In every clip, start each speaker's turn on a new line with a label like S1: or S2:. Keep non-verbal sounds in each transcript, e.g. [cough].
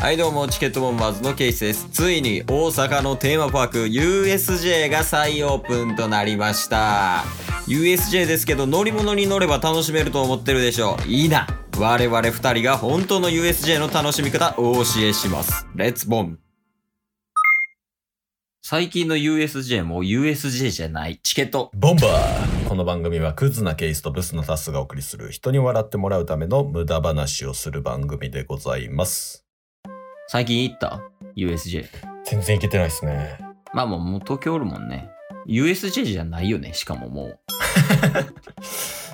S1: はいどうもチケットボンバーズのケイスですついに大阪のテーマパーク USJ が再オープンとなりました USJ ですけど乗り物に乗れば楽しめると思ってるでしょういいな我々2人が本当の USJ の楽しみ方お教えしますレッツボン最近の USJ も USJ じゃないチケット
S2: ボンバーこの番組はクズなケースとブスなタスがお送りする人に笑ってもらうための無駄話をする番組でございます。
S1: 最近行った USJ
S2: 全然いけてないですね。
S1: まあもうもう東京おるもんね USJ じゃないよねしかもも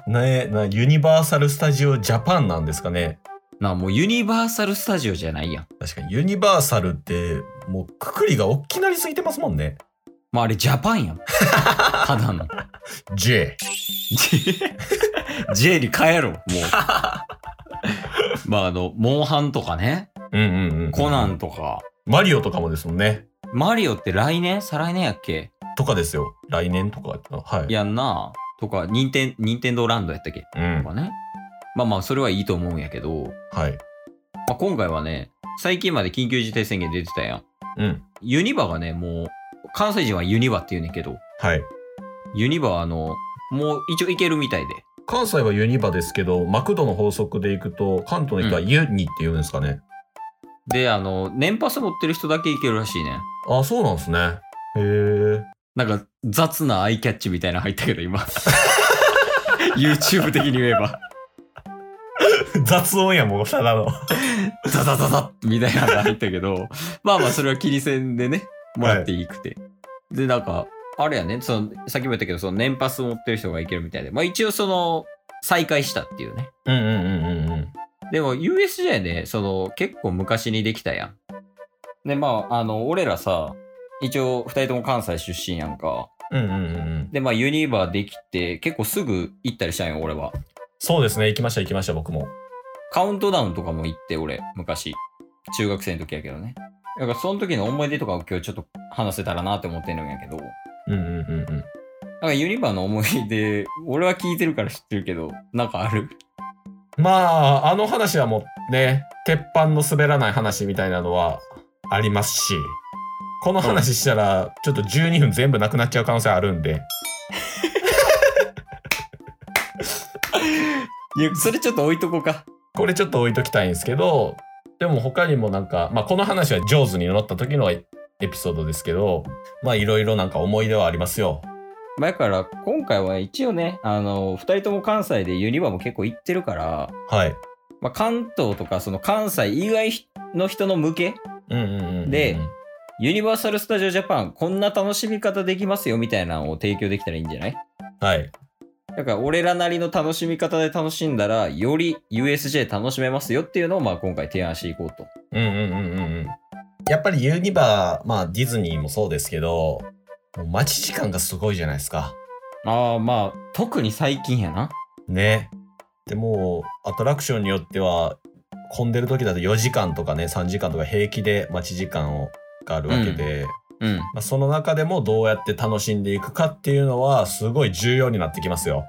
S1: う
S2: ねえなユニバーサル・スタジオ・ジャパンなんですかね。
S1: なあもうユニバーサル・スタジオじゃないやん。
S2: 確かにユニバーサルってもうくくりが大きなりすぎてますもんね。
S1: まああれジャパン [laughs] やん。ただの。
S2: J。
S1: J J に変え [laughs] ろ、もう。まああの、モンハンとかね、
S2: うんうんうん。
S1: コナン。とか、
S2: マリオとかもですもんね。
S1: マリオって来年再来年やっけ
S2: とかですよ。来年とか。はい。
S1: やんな。とか、ニンテン、ニンテンドーランドやったっけ
S2: うん
S1: と。かね。まあまあ、それはいいと思うんやけど、
S2: はい。
S1: まあ、今回はね、最近まで緊急事態宣言出てたやん。
S2: うん。
S1: ユニバがね、もう、関西人はユニバって言うねんけど、
S2: はい。
S1: ユニバはあの、もう一応行けるみたいで。
S2: 関西はユニバですけど、マクドの法則でいくと、関東の人はユニって言うんですかね。
S1: で、あの、年パス持ってる人だけ行けるらしいね。
S2: あ、そうなんですね。へえ。
S1: なんか雑なアイキャッチみたいなの入ったけど、今。YouTube 的に言えば、
S2: 雑音やもうただの。
S1: ザザザザッみたいなのが入ったけど、まあまあ、それは切り線でね、もらっていいくて。で、なんか、あれやね、その、さっきも言ったけど、その年パス持ってる人が行けるみたいで、まあ一応その、再開したっていうね。
S2: うんうんうんうんうん。
S1: でも USJ ね、その、結構昔にできたやん。で、まあ、あの、俺らさ、一応二人とも関西出身やんか。
S2: うんうんうんうん。
S1: で、まあ、ユニバーできて、結構すぐ行ったりしたんよ、俺は。
S2: そうですね。行きました行きました、僕も。
S1: カウントダウンとかも行って、俺、昔。中学生の時やけどね。だから、その時の思い出とかを今日ちょっと話せたらなって思ってるんやけど。だ
S2: うんうんうんうん。
S1: から、ユニバーの思い出、俺は聞いてるから知ってるけど、なんかある。
S2: まあ、あの話はもうね、鉄板の滑らない話みたいなのはありますし、この話したら、ちょっと12分全部なくなっちゃう可能性あるんで。
S1: いや、 [laughs] それちょっと置いとこうか。
S2: これちょっと置いときたいんですけどでも他にもなんか、まあ、この話は上手に乗った時のエピソードですけどまあいろいろなんか思い出はありますよ
S1: まあ、だから、今回は一応ね、あの、二人とも関西でユニバーも結構行ってるから、
S2: はい
S1: まあ、関東とか、その関西以外の人の向け
S2: うんうんうん、うん、
S1: でユニバーサル・スタジオ・ジャパン、こんな楽しみ方できますよみたいなのを提供できたらいいんじゃない
S2: はい
S1: だから、俺らなりの楽しみ方で楽しんだら、より USJ 楽しめますよっていうのを、まあ、今回提案していこうと。
S2: うんうんうんうんうんやっぱりユニバーまあディズニーもそうですけどもう待ち時間がすごいじゃないですか
S1: ああ、まあ、特に最近やな。
S2: ねでもうアトラクションによっては混んでる時だと4時間とかね3時間とか平気で待ち時間をがあるわけで、
S1: うん。
S2: まあ、その中でもどうやって楽しんでいくかっていうのはすごい重要になってきますよ。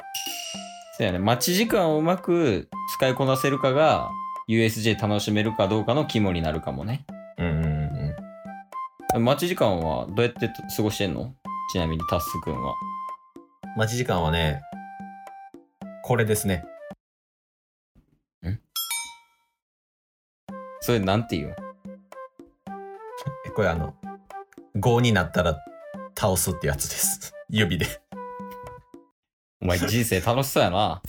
S1: そうやね。待ち時間をうまく使いこなせるかが、USJ 楽しめるかどうかの肝になるかもね。
S2: うんうんうん
S1: 待ち時間はどうやって過ごしてんのちなみにタッスくんは。
S2: 待ち時間はね、これですね。
S1: それなんて言う
S2: えこれあの、5になったら倒すってやつです。 [laughs] 指で。
S1: お前人生楽しそうやな。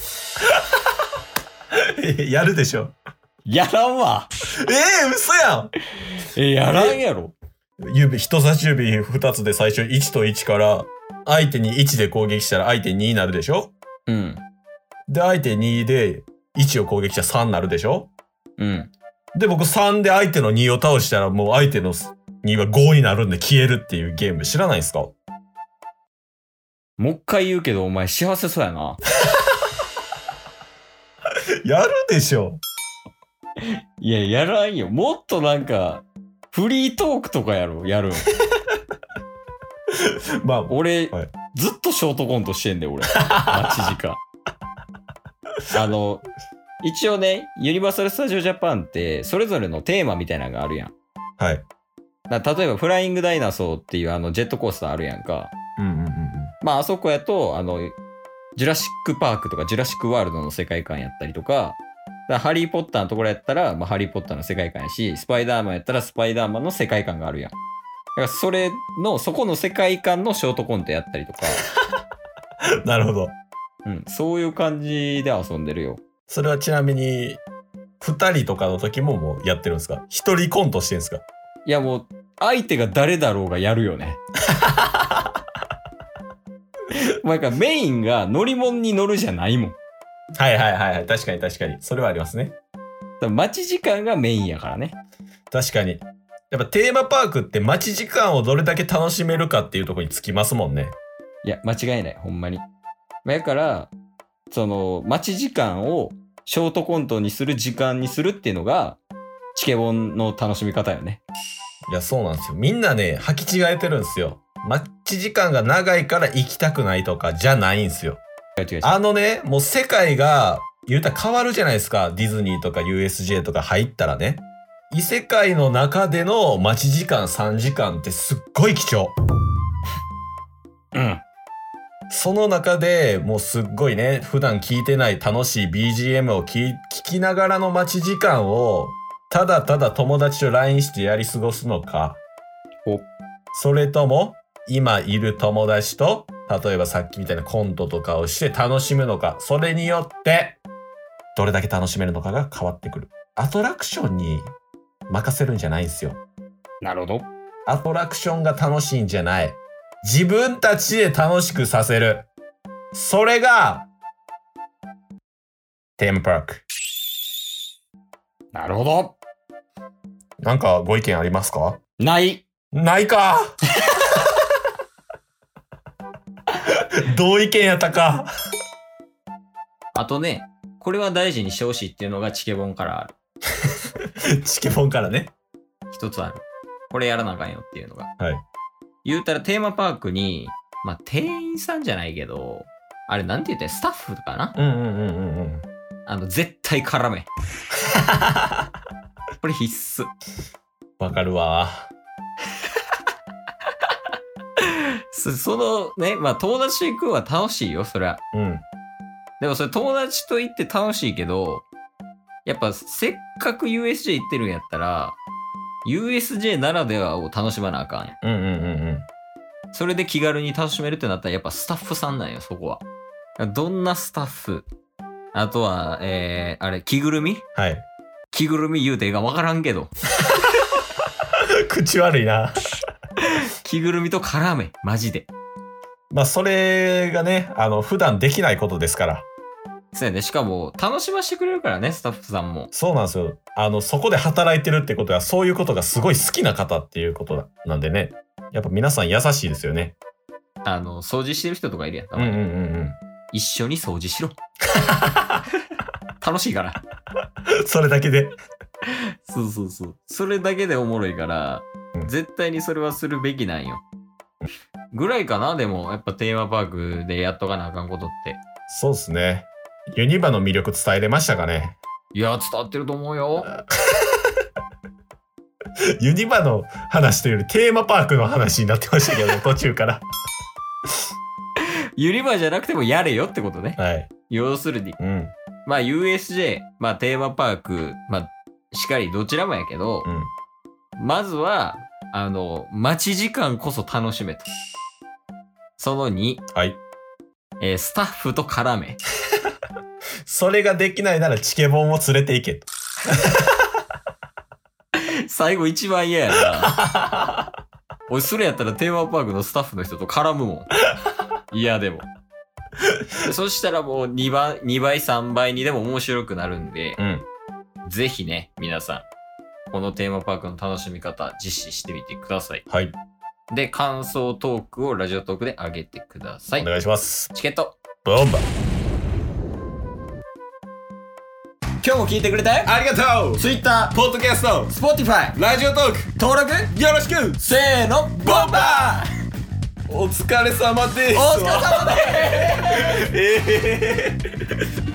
S1: [laughs]
S2: やるでしょ。
S1: やらんわ
S2: えー、嘘やん
S1: え、やらんやろ。
S2: 指、人差し指2つで最初1と1から、相手に1で攻撃したら相手2になるでしょ
S1: うん。
S2: で、相手2で1を攻撃したら3になるでしょ
S1: うん。
S2: で、僕3で相手の2を倒したらもう相手の2は5になるんで消えるっていうゲーム知らないですか
S1: も
S2: [laughs]
S1: う一回言うけど、お前幸せそうやな。
S2: やるでしょ
S1: いや、やらんよ。もっとなんか、フリートークとかやろ、
S2: [laughs]
S1: やるん。
S2: まあ、
S1: 俺、
S2: はい [laughs]
S1: ずっとショートコントしてんで、俺。待ち時間。あの、一応ね、ユニバーサル・スタジオ・ジャパンって、それぞれのテーマみたいなのがあるやん。
S2: はい。
S1: だ例えば、フライング・ダイナソーっていうあのジェットコースターあるやんか。
S2: うんうんうんうん。
S1: まあ、あそこやと、あの、ジュラシック・パークとか、ジュラシック・ワールドの世界観やったりとか、だハリー・ポッターのところやったら、まあ、ハリー・ポッターの世界観やし、スパイダーマンやったら、スパイダーマンの世界観があるやん。だから、それの、そこの世界観のショートコントやったりとか、
S2: なるほど。
S1: うん、そういう感じで遊んでるよ。
S2: それはちなみに、二人とかの時ももうやってるんですか一人コントしてるんですか
S1: いやもう相手が誰だろうがやるよね。 [laughs] もうなんかメインが乗り物に乗るじゃないもん。だか
S2: はいはいはいはい。確かに確かに。それはありますね。
S1: ら待ち時間がメインやからね。
S2: 確かに。やっぱテーマパークって待ち時間をどれだけ楽しめるかっていうところにつきますもんね。
S1: いや、間違いない、ほんまに。まあだから、その待ち時間をショートコントにする時間にするっていうのが、チケボンの楽しみ方よね。
S2: いや、そうなんですよ。みんなね、履き違えてるんですよ。待ち時間が長いから行きたくないとかじゃないんですよ。
S1: 違う違う違う
S2: あのね、もう世界が、言うたら変わるじゃないですか。ディズニーとか USJ とか入ったらね。異世界の中での待ち時間3時間ってすっごい貴重。
S1: うん。
S2: その中でもうすっごいね、普段聞いてない楽しい BGM を聞聞きながらの待ち時間を、ただただ友達と LINE してやり過ごすのか
S1: お、
S2: それとも、今いる友達と、例えばさっきみたいなコントとかをして楽しむのか、それによって、どれだけ楽しめるのかが変わってくる。アトラクションに任せるんじゃないんですよ。
S1: なるほど。
S2: アトラクションが楽しいんじゃない。自分たちで楽しくさせる。それが、テーマパーク。
S1: なるほど。
S2: なんかご意見ありますか
S1: ない。
S2: ないか同意見やったか。
S1: あとね、これは大事にしてほしいっていうのがチケボンからある。
S2: チケポンからね。
S1: 一つある。これやらなあかんよっていうのが。
S2: はい
S1: 言うたらテーマパークに、まあ、店員さんじゃないけど、あれなんて言ったらいいスタッフかな
S2: うんうんうんうんうん。
S1: あの、絶対絡 [laughs] め。これ必須。
S2: わかるわ。
S1: そそのね、まあ友達と行くのは楽しいよ、そりゃ。
S2: うん。
S1: でもそれ友達と行って楽しいけど、やっぱせっかく USJ 行ってるんやったら、USJ ならではを楽しまなあかんやん。
S2: うんうんうんうん。
S1: それで気軽に楽しめるってなったらやっぱスタッフさんなんよ、そこは。どんなスタッフあとは、えー、あれ、着ぐるみ
S2: はい。
S1: 着ぐるみ言うてええか分からんけど。
S2: 口悪いな。
S1: 着ぐるみと絡め、マジで。
S2: まあそれがね、あの、普段できないことですから。
S1: そうやね。しかも、楽しませてくれるからね、スタッフさんも。
S2: そうなんですよ。あの、そこで働いてるってことは、そういうことがすごい好きな方っていうことななんでね。やっぱ皆さん優しいですよね。
S1: あの、掃除してる人とかいるやん。た
S2: うん
S1: ま
S2: うん
S1: に
S2: うん
S1: 一緒に掃除し [laughs] ろ。楽しいから。
S2: うん。 [laughs] それだけで。
S1: そうそうそう。それだけでおもろいから、絶対にそれはするべきなんよ。ぐらいかな、でも、やっぱテーマパークでやっとかなあかんことって。
S2: そうですね。ユニバの魅力伝えれましたかね。 [laughs]
S1: いや、伝わってると思うよ。
S2: ユニバの話というよりテーマパークの話になってましたけど、 [laughs] ね、途中から。
S1: ユニバじゃなくてもやれよってことね。
S2: はい。
S1: 要するに。
S2: うん。
S1: まあ USJ、まあテーマパーク、まあしかりどちらもやけど
S2: う、ん。
S1: まずは、あの、待ち時間こそ楽しめと。その2、
S2: はい。
S1: えースタッフと絡め。
S2: それができないならチケボンを連れて行けと。
S1: 最後一番嫌やな。
S2: [laughs]
S1: 俺、それやったらテーマパークのスタッフの人と絡むもん。嫌でも。そしたらもう2倍、2倍、3倍にでも面白くなるんで、
S2: うん。
S1: ぜひね、皆さん、このテーマパークの楽しみ方、実施してみてください。
S2: はい。
S1: で、感想トークをラジオトークで上げてくださ
S2: お
S1: い。
S2: 願いします。
S1: チケット。
S2: ボンバ
S1: 今日も聞いてくれたよ
S2: ありがとう
S1: Twitter、
S2: ポッドキャスト
S1: Spotify、
S2: ラジオトーク
S1: 登録、
S2: よろしく
S1: せーの、ボンバー
S2: お疲れ様です
S1: お疲れ様です
S2: ええ